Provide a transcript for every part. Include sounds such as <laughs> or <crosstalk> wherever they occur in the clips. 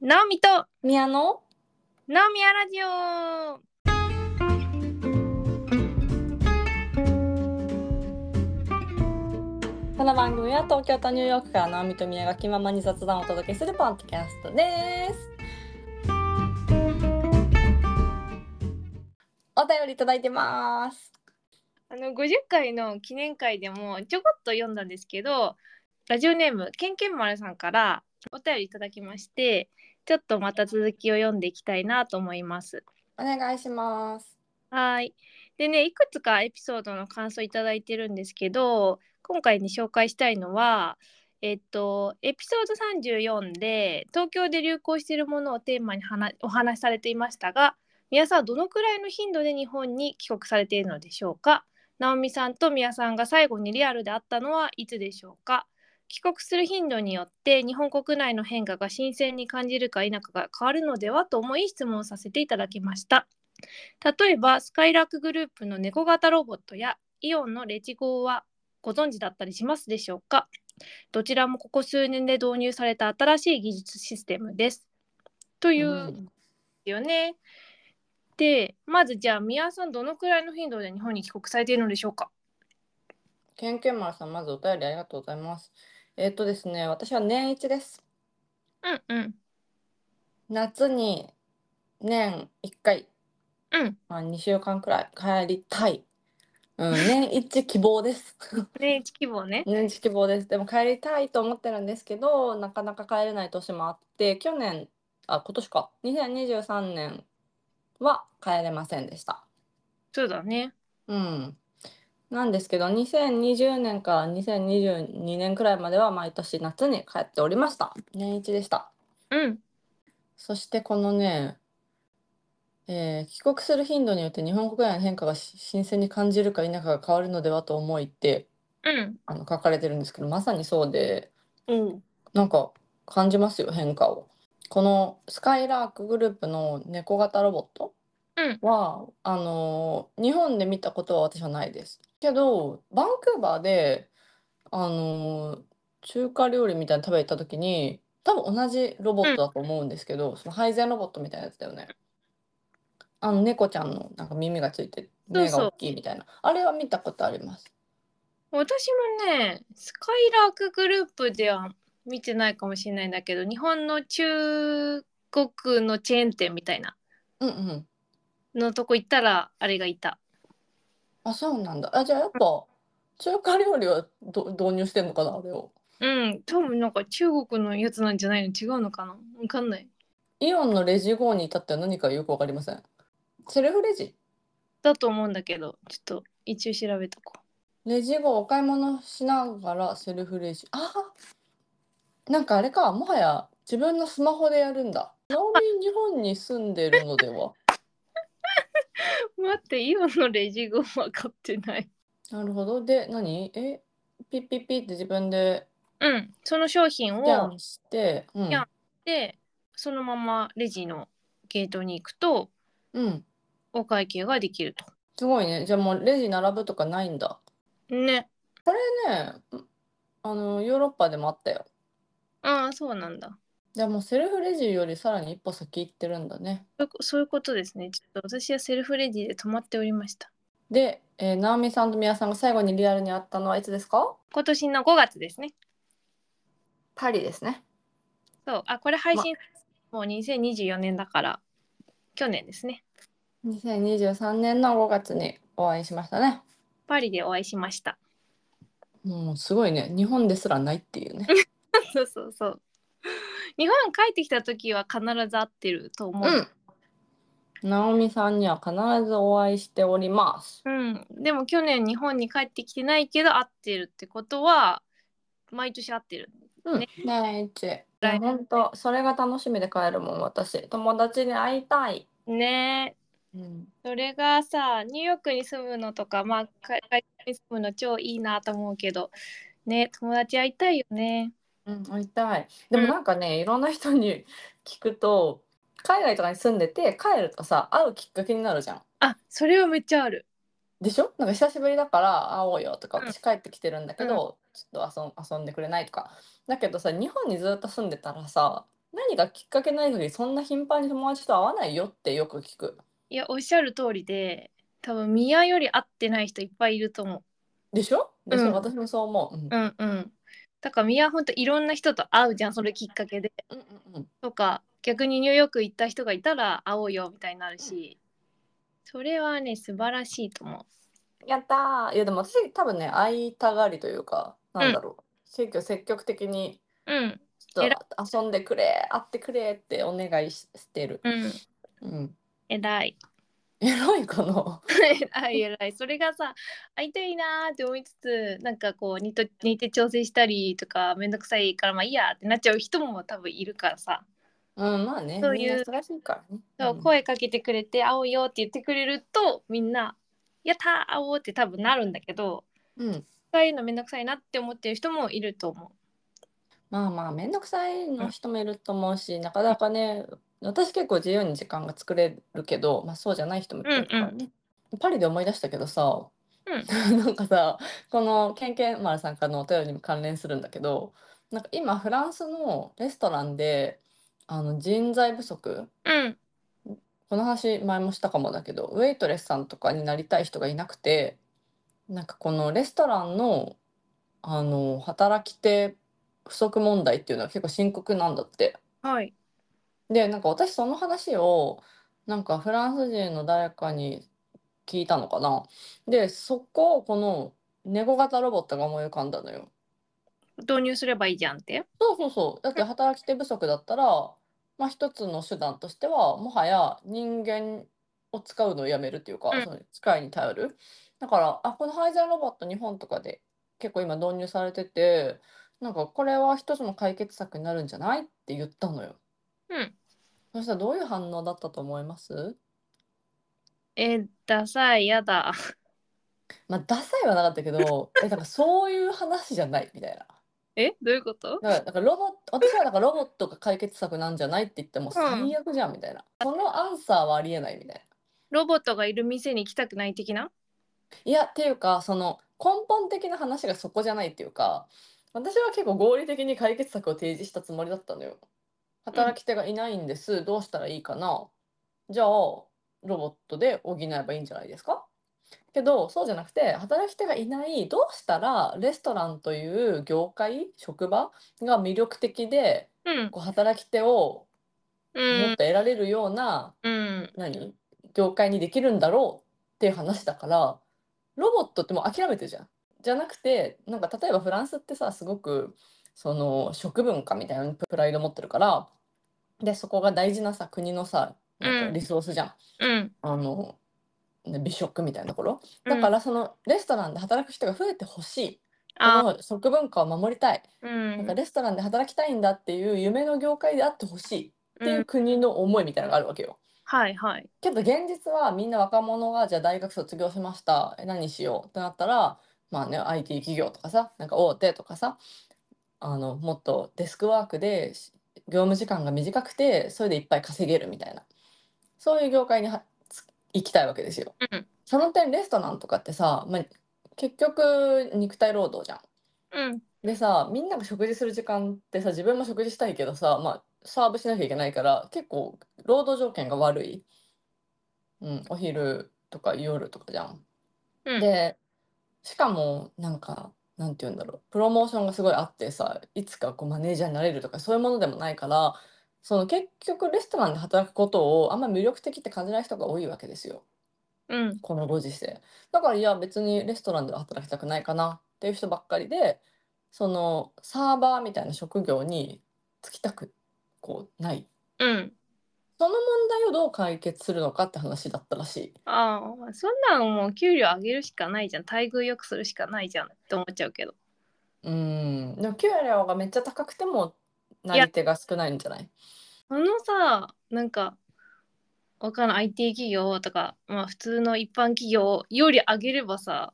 ナオミと宮野ナオミアラジオこの番組は東京とニューヨークからのアミと宮が気ままに雑談をお届けするポッドキャストですお便りいただいてますあの50回の記念会でもちょこっと読んだんですけどラジオネームけんけんまるさんからお便りいただきましてちょっとまた続きを読んでいきたいなと思います。お願いしますはいでねいくつかエピソードの感想いただいてるんですけど今回に紹介したいのはえっとエピソード34で東京で流行しているものをテーマに話お話しされていましたが皆さんはどのくらいの頻度で日本に帰国されているのでしょうか直美さんと宮さんが最後にリアルで会ったのはいつでしょうか帰国する頻度によって日本国内の変化が新鮮に感じるか否かが変わるのではと思い質問をさせていただきました例えばスカイラークグループの猫型ロボットやイオンのレジゴーはご存知だったりしますでしょうかどちらもここ数年で導入された新しい技術システムですという、よね。でまずじゃあ宮さんどのくらいの頻度で日本に帰国されているのでしょうかけんけんまるさんまずお便りありがとうございますえっ、とですね私は年一ですうんうん夏に年一回うんまあ二週間くらい帰りたいうん年一希望です年一希望ね。年一希望ですでも帰りたいと思ってるんですけどなかなか帰れない年もあって去年あ今年か2023年は帰れませんでしたそうだね。うんなんですけど2020年から2022年くらいまでは毎年夏に帰っておりました年一でしたうんそしてこのね、えー帰国する頻度によって日本国内の変化がし新鮮に感じるか否かが変わるのではと思いってうん。あの書かれてるんですけどまさにそうでおうなんか感じますよ変化を。このスカイラークグループの猫型ロボットうんは、あのー日本で見たことは私はないです。けどバンクーバーで、あのー中華料理みたいなの食べに行った時に多分同じロボットだと思うんですけど、その配膳ロボットみたいなやつだよね。あの猫ちゃんのなんか耳がついてそう目そうが大きいみたいなあれは見たことあります。私もねスカイラークグループでは見てないかもしれないんだけど日本の中国のチェーン店みたいなうんうん。のとこ行ったらあれがいた。あ、そうなんだ。あ、じゃあやっぱ中華料理はど導入してんのかな、あれを。うん多分なんか中国のやつなんじゃないの違うのかなわかんない。イオンのレジ号に至っては何かよくわかりません。セルフレジだと思うんだけどちょっと一応調べとこう。レジ後お買い物しながらセルフレジ。あーなんかあれか、もはや自分のスマホでやるんだ。ちなみに日本に住んでるのでは。待って、イオンのレジゴン分かってない。なるほど。で、何え、ピッピッピって自分でうん、その商品スキャをンして、うんや、で、そのままレジのゲートに行くと、うん。お会計ができると。すごいね。じゃあもうレジ並ぶとかないんだ。ね。ねえ、あの、ヨーロッパでもあったよ。ああ、そうなんだ。じゃあもうセルフレジよりさらに一歩先行ってるんだね。そうそういうことですね。ちょっと私はセルフレジで止まっておりました。で、えー、ナオミさんとミヤさんが最後にリアルに会ったのはいつですか今年の5月ですね。パリですね。そう。あ、これ配信、もう2024年だから、去年ですね。 2023年の5月にお会いしましたね。パリでお会いしました。 <laughs> もうすごいね。日本ですらないっていうね。そうそうそう。日本帰ってきた時は必ず会ってると思う。うん。ナオミさんには必ずお会いしております。うん、でも去年日本に帰ってきてないけど会ってるってことは毎年会ってる。うん。ねねえ、いち。本当それが楽しみで帰るもん、私。友達に会いたい。ねえうん。それがさニューヨークに住むのとかまあ海外に住むの超いいなと思うけどね友達会いたいよね。うん、会いたい。でもなんかね、いろんな人に <laughs> 聞くと、海外とかに住んでて帰るとさ、会うきっかけになるじゃん。あそれはめっちゃある。でしょなんか久しぶりだから会おうよとか、うん私帰ってきてるんだけど、ちょっと遊ん、遊んでくれないとか。だけどさ、日本にずっと住んでたらさ、何がきっかけないのにそんな頻繁に友達と会わないよってよく聞く。いやおっしゃる通りで多分宮より会ってない人いっぱいいると思でしょでしょ、うん私もそう思う。うんううんうんだから宮ほんといろんな人と会うじゃんそれきっかけでうんうんうんとか逆にニューヨーク行った人がいたら会おうよみたいになるしそれはね素晴らしいと思うやったーいやでも私多分ね会いたがりというかなんだろう、結構積極的にうんちょっ偉と遊んでくれ会ってくれってお願いししてる。うんうん、偉いエロいかな <laughs> 偉い偉いそれがさ会いたいなーって思いつつなんかこう似と似て調整したりとかめんどくさいからまあいいやってなっちゃう人も多分いるからさ、うんまあねそういうみんな忙しいからね。そううん声かけてくれて会おうよって言ってくれるとみんな「やったー会おう」って多分なるんだけどうん、そういうのめんどくさいなって思ってる人もいると思まあまあ面倒くさいの人もいると思うしなかなかね私結構自由に時間が作れるけど、まあ、そうじゃない人もいっぱいいるからね。パリで思い出したけどさ、 <laughs> なんかさこのケンケンマルさんからのお便りにも関連するんだけどなんか今フランスのレストランであの人材不足う。うんこの話前もしたかもだけどウェイトレスさんとかになりたい人がいなくてなんかこのレストランの、あの働き手不足問題っていうのは結構深刻なんだって。はい。でなんか私その話をなんかフランス人の誰かに聞いたのかな。でそこをこの猫型ロボットが思い浮かんだのよ。導入すればいいじゃんって。そうそうそう。だって働き手不足だったら、まあ、一つの手段としてはもはや人間を使うのをやめるっていうか、うんその機械に頼る。だからあこの配膳ロボット日本とかで結構今導入されててなんかこれは一つの解決策になるんじゃないって言ったのよ。うん。そしたらどういう反応だったと思いますえーダサいやだ。 <laughs> まあ、ダサいはなかったけど、 <laughs> え、だからそういう話じゃないみたいな。えどういうことだから、だからロボット、私はだからロボットが解決策なんじゃないって言っても最悪じゃんみたいな。そのアンサーはありえないみたいロボットがいる店に行きたくない的なな。いや、っていうか、その根本的な話がそこじゃないっていうか、私は結構合理的に解決策を提示したつもりだったのよ。働き手がいないんです。どうしたらいいかな。じゃあ、ロボットで補えばいいんじゃないですかけどそうじゃなくて働き手がいないどうしたらレストランという業界職場が魅力的でうん。こう働き手をうもっとん。得られるような、うん。何業界にできるんだろうっていう話だからロボットってもう諦めてるじゃん。じゃなくてなんか例えばフランスってさすごくその食文化みたいなのにプライド持ってるからでそこが大事なさ国のさなんかリソースじゃん。うん。あのね美食みたいなところうんだからそのレストランで働く人が増えてほしいこあの食文化を守りたいうん。なんかレストランで働きたいんだっていう夢の業界であってほしいっていううん国の思いみたいなのがあるわけよ。はいはい。けど現実はみんな若者がじゃあ大学卒業しましたえ何しようってなったらまあね IT 企業とかさなんか大手とかさあのもっとデスクワークでし業務時間が短くてそれでいっぱい稼げるみたいなそういう業界にはつ行きたいわけですよ。うんその点レストランとかってさ、まあ、結局肉体労働じゃん。うん。でさみんなが食事する時間ってさ自分も食事したいけどさ、まあ、サーブしなきゃいけないから結構労働条件が悪い、うん、お昼とか夜とかじゃん。うんでしかもなんかなんて言うんだろうプロモーションがすごいあってさいつかこうマネージャーになれるとかそういうものでもないからその結局レストランで働くことをあんま魅力的って感じない人が多いわけですよ。うん。このご時世だからいや別にレストランでは働きたくないかなっていう人ばっかりでそのサーバーみたいな職業に就きたくこうないうん。その問題をどう解決するのかって話だったらしいああ、そんなんもう給料上げるしかないじゃん。待遇良くするしかないじゃんって思っちゃうけど。うんでも給料がめっちゃ高くてもなり手が少ないんじゃないそのさ、なんか、わからん IT 企業とか、まあ普通の一般企業より上げればさ、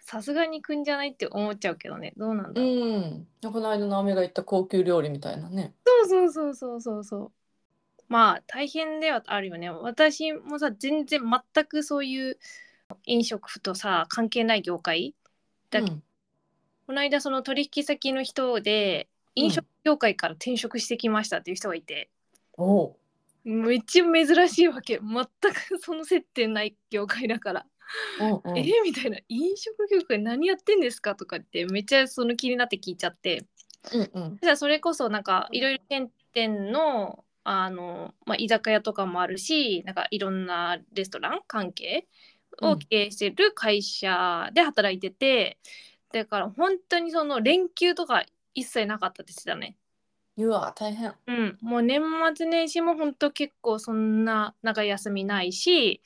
さすがにくんじゃないって思っちゃうけどね。どうなんだうろう。んこの間直美が言った高級料理みたいなねそうそうそうそうそうそう。まあ大変ではあるよね。私もさ全然全くそういう飲食とさ関係ない業界だうんこの間その取引先の人でうん飲食業界から転職してきましたっていう人がいて、おうめっちゃ珍しいわけ全くその接点ない業界だから、うんうんえーみたいな飲食業界何やってんですかとかってめっちゃその気になって聞いちゃってうんうんじゃあそれこそなんかいろいろチェーン店のあの、まあ、居酒屋とかもあるしなんかいろんなレストラン関係うをん経営してる会社で働いてて、だから本当にその連休とか一切なかったですだね。うわ大変うん、もう年末年始も本当結構そんな長い休みないし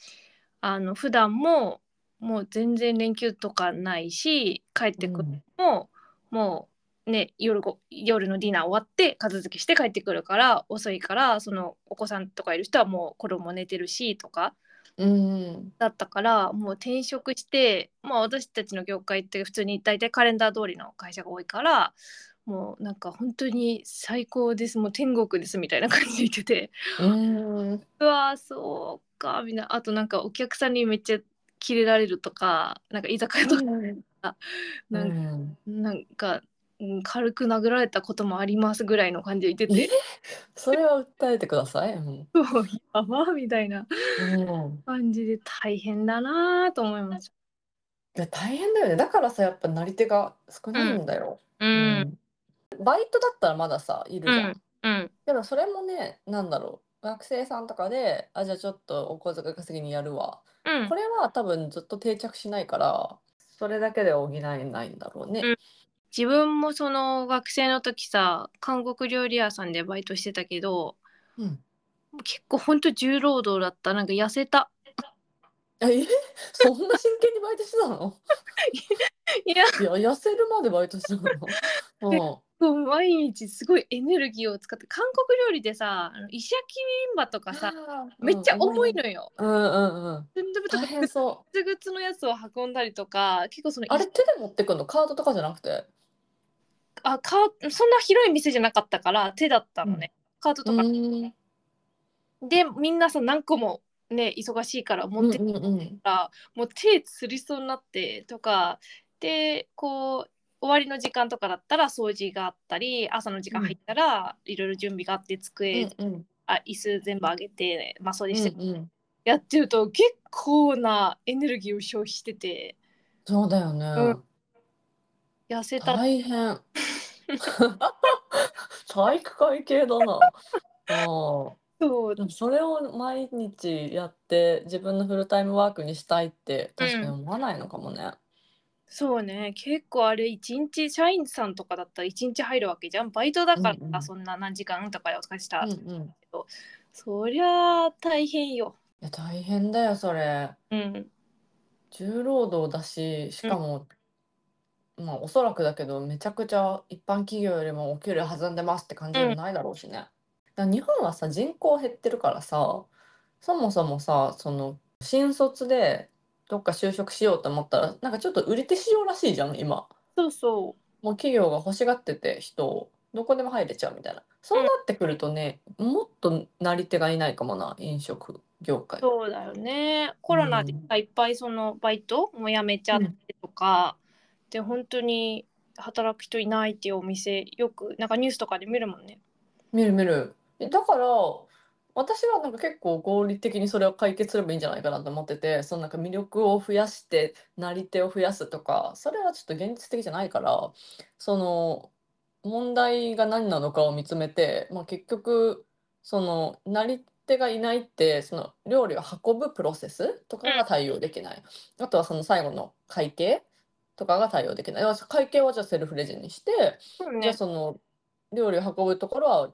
あの普段ももう全然連休とかないし帰ってくるのも、もうね夜ご夜のディナー終わって片付けして帰ってくるから遅いからそのお子さんとかいる人はもう子供寝てるしとかうんだったからもう転職してまあ私たちの業界って普通に大体カレンダー通りの会社が多いからもうなんか本当に最高ですもう天国ですみたいな感じで言っててうんうわーそうかみんなあとなんかお客さんにめっちゃキレられるとか <laughs> なんか居酒屋とかうなんかんなんか、うん軽く殴られたこともありますぐらいの感じで言っててそれは訴えてください。うんそうやばみたいなうん感じで大変だなーと思いましいや大変だよね。だからさ、やっぱなり手が少ないんだよ。た。う、うんバイトだったらまださ、いるじゃん。うん、けどそれもね、なんだろう。学生さんとかで、あ、じゃあちょっとお小遣い稼ぎにやるわ。うんこれは多分ずっと定着しないから、それだけで補えないんだろうね。うん自分もその学生の時さ韓国料理屋さんでバイトしてたけどうん。結構ほんと重労働だったなんか痩せたあえ、 <laughs> そんな真剣にバイトしてたのいやいや、痩せるまでバイトして <laughs> たのもう毎日すごいエネルギーを使って韓国料理でさあの石焼きビビンバとうかん。さあーめっちゃ重い。うんのよ。うんうんうん。全部と大か変そう。グツグツのやつを運んだりとか結構そのあれ手で持ってくのカードとかじゃなくて。あカーそんな広い店じゃなかったから手だったのね、カードうとか、ん。でみんなさ何個もね忙しいから持ってうんうんうかんらもう手つりそうになってとかでこう終わりの時間とかだったら掃除があったり朝の時間入ったらいろいろ準備があって机、うんうんあ椅子全部上げて、まあ、掃除して、うんうんやってると結構なエネルギーを消費しててそうだようねん。痩せた大変。 <laughs> 体育会系だな。ああ。そうでもそれを毎日やって自分のフルタイムワークにしたいって確かに思わないのかもね。そうね結構あれ一日社員さんとかだったら一日入るわけじゃんバイトだからさ、うんうんそんな何時間とかお疲れした、うんうん。いそりゃあ大変よ。や大変だよそれ。うん重労働だし、しかも、まあおそらくだけど、めちゃくちゃ一般企業よりもお給料弾んでますって感じでもないだろうしね。だから日本はさ、人口減ってるからさ、そもそもさ、その新卒でどっか就職しようと思ったら、なんかちょっと売り手市場らしいじゃん、今。そうそうもう企業が欲しがってて人をどこでも入れちゃうみたいな。そうなってくるとね、もっとなり手がいないかもな、飲食業界。そうだよねコロナでうんいっぱいそのバイトも辞めちゃってとか、で本当に働く人いないっていうお店よくなんかニュースとかで見るもんね。見る見る。えだから私はなんか結構合理的にそれを解決すればいいんじゃないかなと思ってて、そのなんか魅力を増やしてなり手を増やすとか、それはちょっと現実的じゃないから、その問題が何なのかを見つめて、まあ、結局そのなり手がいないってその料理を運ぶプロセスとかが対応できない。あとはその最後の会計とかが対応できない。だから会計はじゃあセルフレジにして、そうじゃあね。その料理を運ぶところは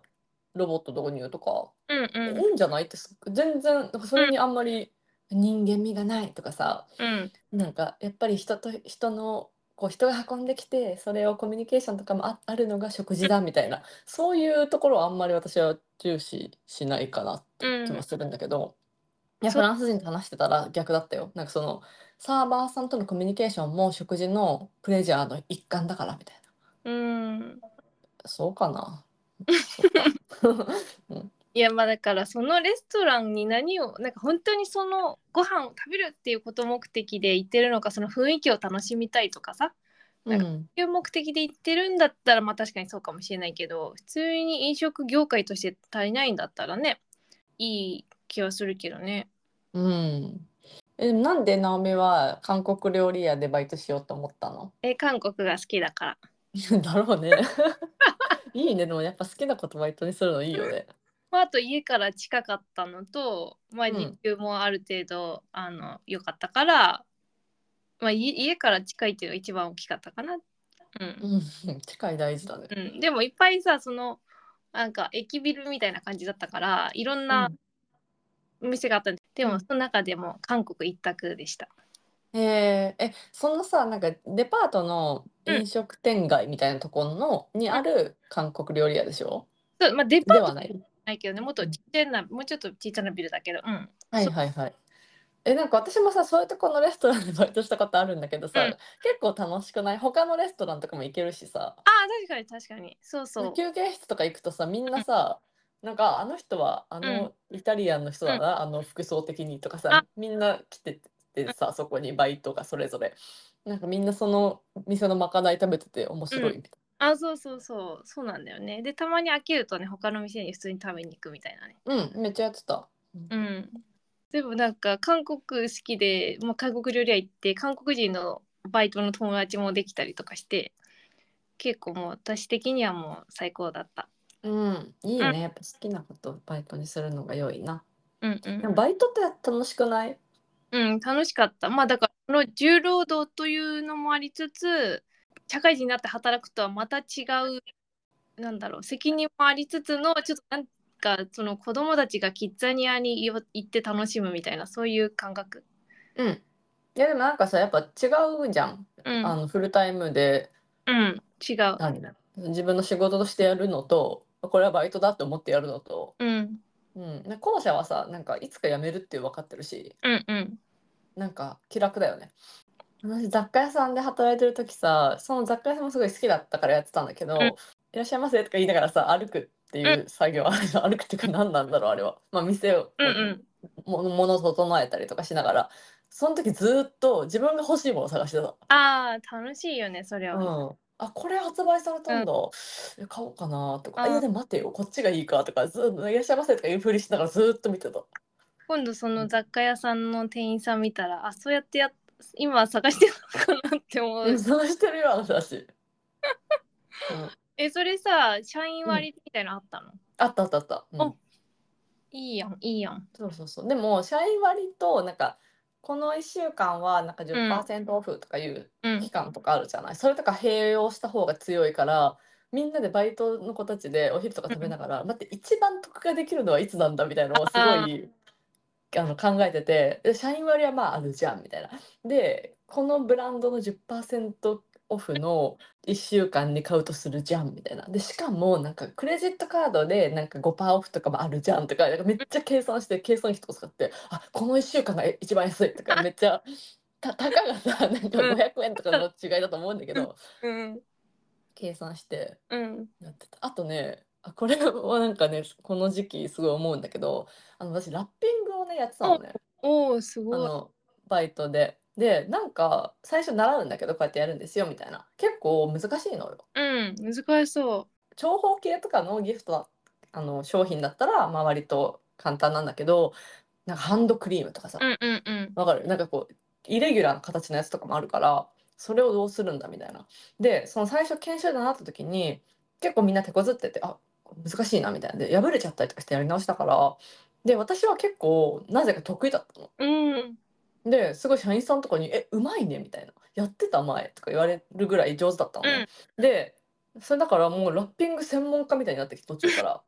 ロボット導入とか、うんういんいんじゃないってす全然なんかそれにあんまり人間味がないとかさうんなんかやっぱり人と人のこう人が運んできてそれをコミュニケーションとかもああるのが食事だみたいなそういうところはあんまり私は重視しないかなって気もするんだけど、いやそうフランス人と話してたら逆だったよなんかそのサーバーさんとのコミュニケーションも食事のプレジャーの一環だからみたいな。うん。そうかな。そうか。うんいやまあだからそのレストランに何をなんか本当にそのご飯を食べるっていうこと目的で行ってるのかその雰囲気を楽しみたいとかさうん。いう目的で行ってるんだったらまあ確かにそうかもしれないけど普通に飲食業界として足りないんだったらねいい気はするけどね。うん。え、でもなんでナオミは韓国料理屋でバイトしようと思ったのえ韓国が好きだから。 <laughs> だろうね。 <laughs> いいね。でもやっぱ好きなことバイトにするのいいよね。まあ、あと家から近かったのと、まあ、う時ん。給もある程度あの良かったから、まあ、家家から近いっていうのが一番大きかったかな。うん、うん。近い大事だね。うん、でもいっぱいさそのなんか駅ビルみたいな感じだったからいろんう。なんお店があったんででうもん。その中でも韓国一択でした。へえ、え、そのさ、なんかデパートのうん、飲食店街みたいなところのにうあんる韓国料理屋でしょそうまあ、デパーでトはじない。ゃないけどねもっうとんちっちゃいなもうちょっとちっちゃなビルだけどうんはそいうはいはい。え、なんか私もさ、そういうとこのレストランでバイトしたことあるんだけどうんあさ、結構楽しくない他のレストランとかも行けるしさ、あー確かに確かにそうでそ休憩室とか行くとさ、みんなさ、なんかあの人はあううんのイタリアンの人うだんな、あの服装的にとかさ、あみんな来ててうんさ、そこにバイトがそれぞれ。なんかみんなその店のまかない食べてて面う白いんみたいあそうそうそうそうなんだよねでたまに飽きるとね他の店に普通に食べに行くみたいなねな。うん、めっちゃやってた。うん、うんでもなんか韓国好きで、まあ、韓国料理屋行って韓国人のバイトの友達もできたりとかして結構もう私的にはもう最高だった。うんいういんね。やっぱ好きなことをバイトにするのが良いな。うんうでもんバイトって楽しくないうん、楽しかった。まあだからその重労働というのもありつつ社会人になって働くとはまた違うなんだろう責任もありつつのちょっとなんかその子供たちがキッザニアによ行って楽しむみたいなそういう感覚。うん。いやでもなんかさ、やっぱ違うじゃん。うあんの、フルタイムで、うん違う。何自分の仕事としてやるのと、これはバイトだって思ってやるのと、うんうん。で後者はさ、なんかいつか辞めるって分かってるし、うんうんなんか気楽だよね。私雑貨屋さんで働いてる時さその雑貨屋さんもすごい好きだったからやってたんだけうんど「いらっしゃいませ」とか言いながらさ歩くってういんう作業 <laughs> 歩くっていうか何なんだろうあれは、まあ、店をうんうんも物を整えたりとかしながらその時ずーっと自分が欲しいものを探してた。ああ、楽しいよね、それうはね。ん、あこれ発売されたうんん。だえ買おうかなとかあいやあ、でも待てよこっちがいいかとかずーっと「いらっしゃいませ」とか言うふりしながらずーっと見てた。今度そうのん雑貨屋さんの店員さん見たら、あ、そうやってや、今探してたのかなって <laughs> 思うん、う。探してるよあ <laughs> の話。うん、え、それさ、社員うん割みたいなのあったのあったあったあった。うお、んいいやん、いいやん。そうそうそう。でも、社員割と、なんか、この1週間は、なんかうん、 10%オフとかいうう期ん、間とかあるじゃない。それとか併用した方が強いから、みんなでバイトの子たちでお昼とかう食べん。ながら、待って、一番得ができるのはいつなんだみたいなのをすごああ、い、あの、考えてて、で、社員割はまああるじゃん、みたいな。で、このブランドの10%オフの1週間に買うとするじゃん、みたいな。で、しかも、なんか、クレジットカードで、なんか5%オフとかもあるじゃんとか、なんかめっちゃ計算して、計算機とか使って、あ、この1週間がえ一番安い <laughs> とか、めっちゃ、た、たかがさ、なんかうん、 500円とかの違いだと思うんだけど、うん、計算して、うん。やってた。あとね、あ、これはなんかね、この時期すごい思うんだけど、あの、私、ラッピングをね、やってたお、のね。おー、すあごい。の、バイトで。で、なんか、最初習うんだけど、こうやってやるんですよ、みたいな。結構難しいのよ。うん、難しそう。長方形とかのギフトだ、あの、商品だったら、まあ、割と簡単なんだけど、なんかハンドクリームとかうさ、ん、うん、うん。わかるなんかこう、イレギュラーな形のやつとかもあるから、それをどうするんだみたいな。で、その最初研修で習った時に、結構みんな手こずってて、あ、難しいなみたいな。で、破れちゃったりとかしてやり直したから、で、私は結構、なぜか得意だったの。うん、で、すごい社員さんとかに、え、うまいねみたいな。やってた前とか言われるぐらい上手だったのうね。ん。で、それだからもうラッピング専門家みたいになってきて途中から。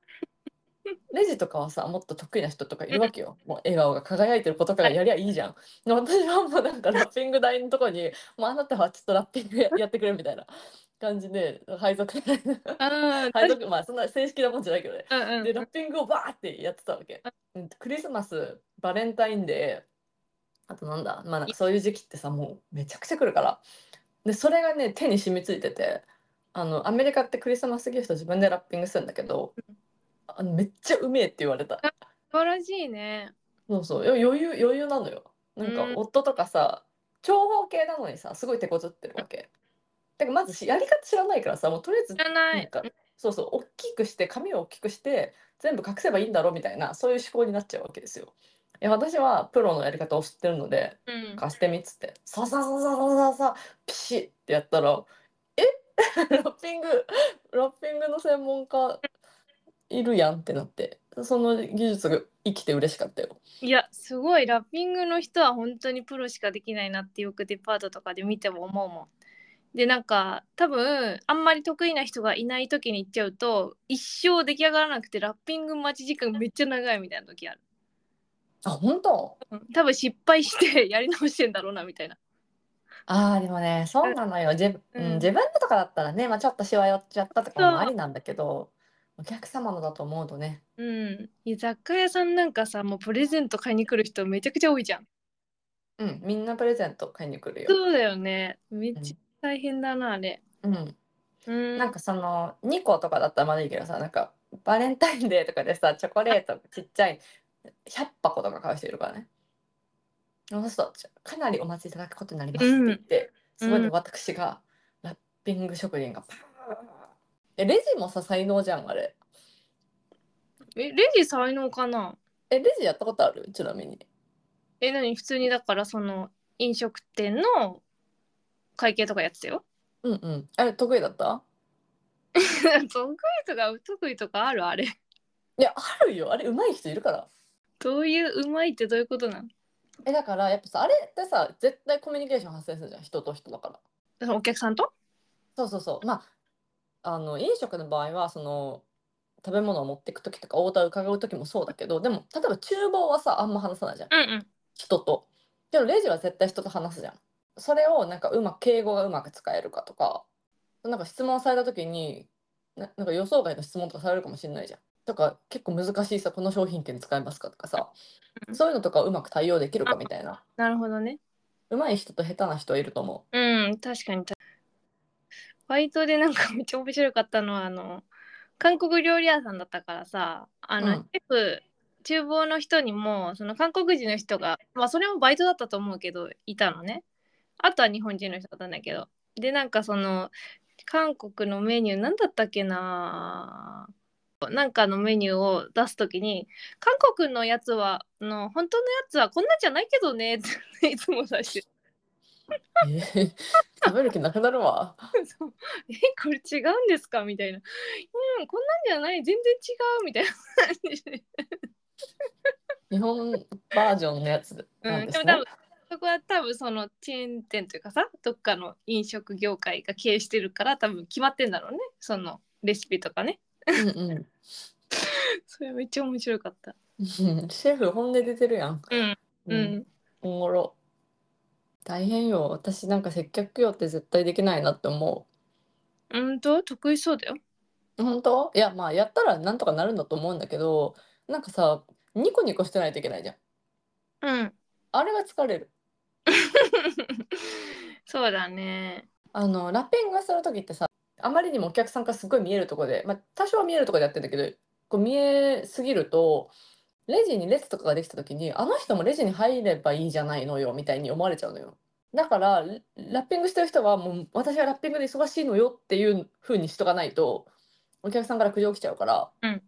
レジとかはさ、もっと得意な人とかいるわけよ。もう笑顔が輝いてる子とかがやりゃいいじゃん。で私はもうなんかラッピング台のとこに、もうあなたはちょっとラッピングや、やってくれみたいな感じで、配属、ああ、配確属、まあそんな正式なもんじゃないけどね。かに。うん、で、うラん、ッピングをバーってやってたわけ。うんクリスマス、バレンタインデー、あとなんだ、まあなんかそういう時期ってさ、もうめちゃくちゃ来るから。で、それがね、手に染みついてて、あの、アメリカってクリスマスギフト自分でラッピングするんだけど、あのめっちゃうめえって言われた。あ素晴らしいね。そうそう、いや余裕、余裕なのよ。なうんかん、夫とかさ、長方形なのにさ、すごい手こずってるわけ。だからまずしやり方知らないからさ、もうとりあえず知らななんい。かそうそう大きくして紙を大きくして全部隠せばいいんだろうみたいなそういう思考になっちゃうわけですよ。いや私はプロのやり方を知ってるのでうん。貸してみっつってさささささささピシッってやったらえ <laughs> ラッピングラッピングの専門家いるやんってなってその技術が生きて嬉しかったよ。いやすごいラッピングの人は本当にプロしかできないなってよくデパートとかで見ても思うもん。でなんか多分あんまり得意な人がいない時に行っちゃうと一生出来上がらなくてラッピング待ち時間めっちゃ長いみたいな時ある。あ本当うん多分失敗してやり直してんだろうなみたいな。あーでもねそうなのよ自,、うんうん自分のとかだったらね、まあ、ちょっとしわ寄っちゃったとかもありなんだけどお客様のだと思うとねうん。いや雑貨屋さんなんかさもうプレゼント買いに来る人めちゃくちゃ多いじゃん。うん、みんなプレゼント買いに来るよ。そうだよね。めっちゃ大変だなあれ。うん、うん。なんかその2個とかだったらまだいいけどさなんかバレンタインデーとか <laughs> でさチョコレートちっちゃい100箱とか買う人いるからね。そうするとちょかなりお待ちいただくことになりますって言って、うんすごういん私がラッピング職人がパーンえレジもさ才能じゃんあれえレジ才能かな。えレジやったことあるちなみにえ、何普通にだからその飲食店の会計とかやってたよ。 <laughs> うんうんあれ得意だった得意とか不得意とかあるあれ。いやあるよあれ上手い人いるからどういううまいってどういうことなえだからやっぱさあれってさ絶対コミュニケーション発生するじゃん人と人だからのお客さんとそうそうそうまああの飲食の場合はその食べ物を持っていく時とかオーダーを伺う時もそうだけどでも例えば厨房はさあんま話さないじゃんうんうん。人とでもレジは絶対人と話すじゃんそれをなんかうまく敬語がうまく使えるかとかなんか質問された時にななんか予想外の質問とかされるかもしれないじゃんとか結構難しいさこの商品券使えますかとかさうんそういうのとかうまく対応できるかみたいななるほどね。上手い人と下手な人はいると思うん、確かに。たバイトでなんか <laughs> めっちゃ面白かったのは、あの、韓国料理屋さんだったからさ、あの、うんシェフ、厨房の人にも、その韓国人の人が、まあそれもバイトだったと思うけど、いたのね。あとは日本人の人だったんだけど。で、なんかその、韓国のメニューなんだったっけななんかのメニューを出すときに韓国のやつはの本当のやつはこんなんじゃないけどねっていつも出してう、えー食べる気なくなるわ <laughs> そうえこれ違うんですかみたいな「うんこんなんじゃない全然違う」みたいな感じで、日本バージョンのやつなうんん、でですもね多分そこは多分そのチェーン店というかさどっかの飲食業界が経営してるから多分決まってんだろうねそのレシピとかね <laughs> うんうんそれめっちゃ面白かったうん <laughs> シェフ本音出てるやん。うんううんんおもろ。大変よ。私なんか接客業って絶対できないなって思うんと得意そうだよう。本当いやまあやったらなんとかなるんだと思うんだけどなんかさニコニコしてないといけないじゃん。うん <laughs> あれが疲れる。そうだねあのラッピングする時ってさあまりにもお客さんがすごい見えるとこで、まあ、多少は見えるとこでやってんだけどこう見えすぎるとレジに列とかができた時にあの人もレジに入ればいいじゃないのよみたいに思われちゃうのよだからララッピングしてる人はもう私はラッピングで忙しいのよっていう風にしとかないとお客さんから苦情来ちゃうから、うん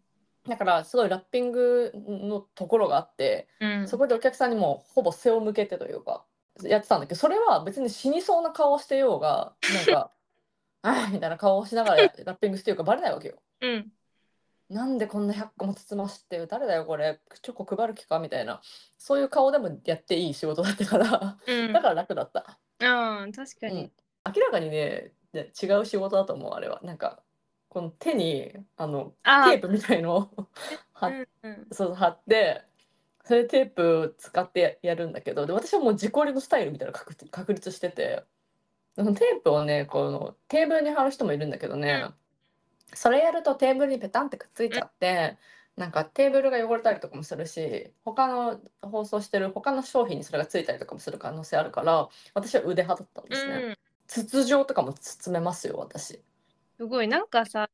だからすごいラッピングのところがあってうんそこでお客さんにもほぼ背を向けてというかやってたんだけどそれは別に死にそうな顔をしてようがなんか <laughs> 「ああ」みたいな顔をしながらラッピングしてるからバレないわけよ。うんなんでこんな100個も包まして誰だよこれチョコ配る気かみたいなそういう顔でもやっていい仕事だったからうんだから楽だった。うん確かうにん、明らかにねね違う仕事だと思うあれは。なんかこの手にあのあテープみたいのを <laughs> 貼うっんうんそう貼ってそれテープを使ってやるんだけどで私はもう自己流のスタイルみたいなの確立確立しててそのテープをねこのテーブルに貼る人もいるんだけどね、それやるとテーブルにペタンってくっついちゃって、なんかテーブルが汚れたりとかもするし他の放送してる他の商品にそれがついたりとかもする可能性あるから私は腕派だったんですね。うん筒状とかも包めますよ私。すごいなんかさ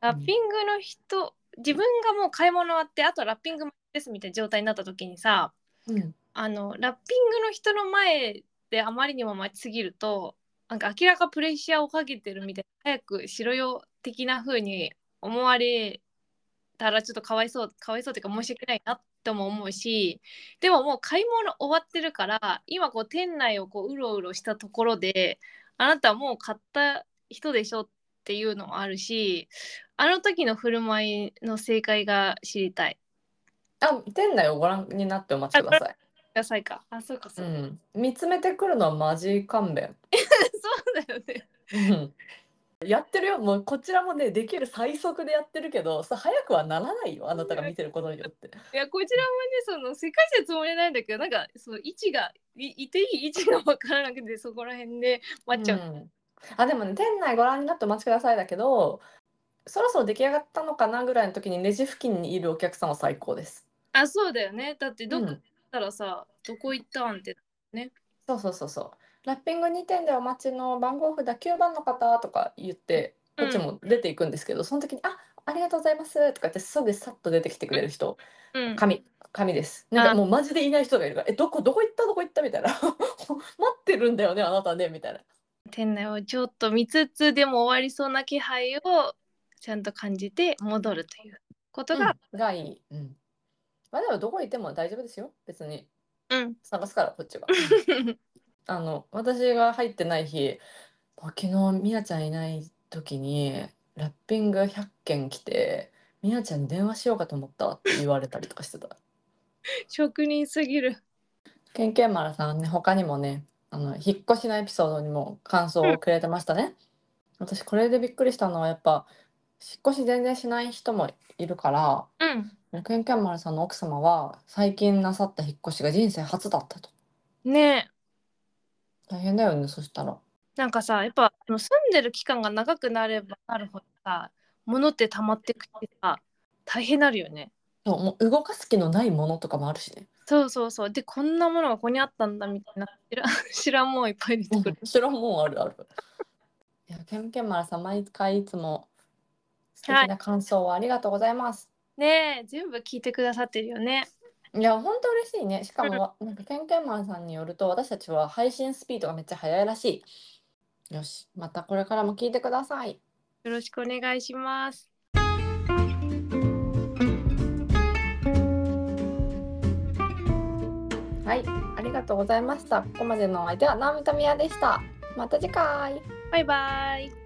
ラッピングの人、自分がもう買い物終わってあとラッピングですみたいな状態になった時にさあのラッピングの人の前であまりにも待ちすぎるとあなんか明らかプレッシャーをかけてるみたいな早くしろよ的な風に思われたらちょっとかわいそうかわいそうっていうか申し訳ないなとも思うしでももう買い物終わってるから今こう店内をこううろうろしたところであなたはもう買った人でしょっていうのもあるしあの時の振る舞いの正解が知りたい。あ、店内をご覧になってお待ちください。野菜か。あそうかそううか、ん。見つめてくるのはマジ勘弁。 <laughs> そうだよね。うんやってるよ。もうこちらもね、できる最速でやってるけど、さ、早くはならないよ。あなたが見てることによって。いやこちらもねその世界一のつもりないんだけどなんかその位置がいいていい位置が分からなくてそこら辺で待っちゃう、んあでもね店内ご覧になってお待ちくださいだけどそろそろ出来上がったのかなぐらいの時にレジ付近にいるお客さんは最高です。あそうだよねだってどっかう行っんたらさ、どこ行ったんってそうそうそうそうラッピング2点でお待ちの番号札9番の方とか言ってこっちも出ていくんですけど、その時に「あありがとうございます」とかってすぐさっと出てきてくれる人うん神神ですなんあかもうマジでいない人がいるから「えどこどこ行ったどこ行った」みたいな <laughs> 「待ってるんだよねあなたね」みたいな。店内をちょっと見つつでも終わりそうな気配をちゃんと感じて戻るということがうんがいい。うん、まあでもどこ行っても大丈夫ですよ別に。うん、探すからこっちが <laughs> あの私が入ってない日もう昨日みなちゃんいない時にラッピング100件来て「みなちゃんに電話しようかと思った」って言われたりとかしてた <laughs> 職人すぎるけんけんまらさんね他にもねあの引っ越しのエピソードにも感想をくれてましたね私これでびっくりしたのはやっぱ引っ越し全然しない人もいるからうんけんけんまらさんの奥様は最近なさった引っ越しが人生初だったとねえ大変だよねそしたらなんかさやっぱでも住んでる期間が長くなればなるほどさ物って溜まってくってさ大変なるよねそう、もう動かす気のないものとかもあるしね。そうそうそうでこんなものがここにあったんだみたいな知ら知らん <laughs> もんいっぱい出てくる、それはもうあるある。いや、けんけんまらさん、毎回いつも素敵な感想をありがとうございます。ねえ全部聞いてくださってるよねい、や、本当嬉しいね。しかも、なんかけんけんまらさんによると、私たちは配信スピードがめっちゃ速いらしい。よし、またこれからも聞いてください。よろしくお願いしますはい、ありがとうございました。ここまでのお相手は、ナオミとみやでした。また次回。バイバイ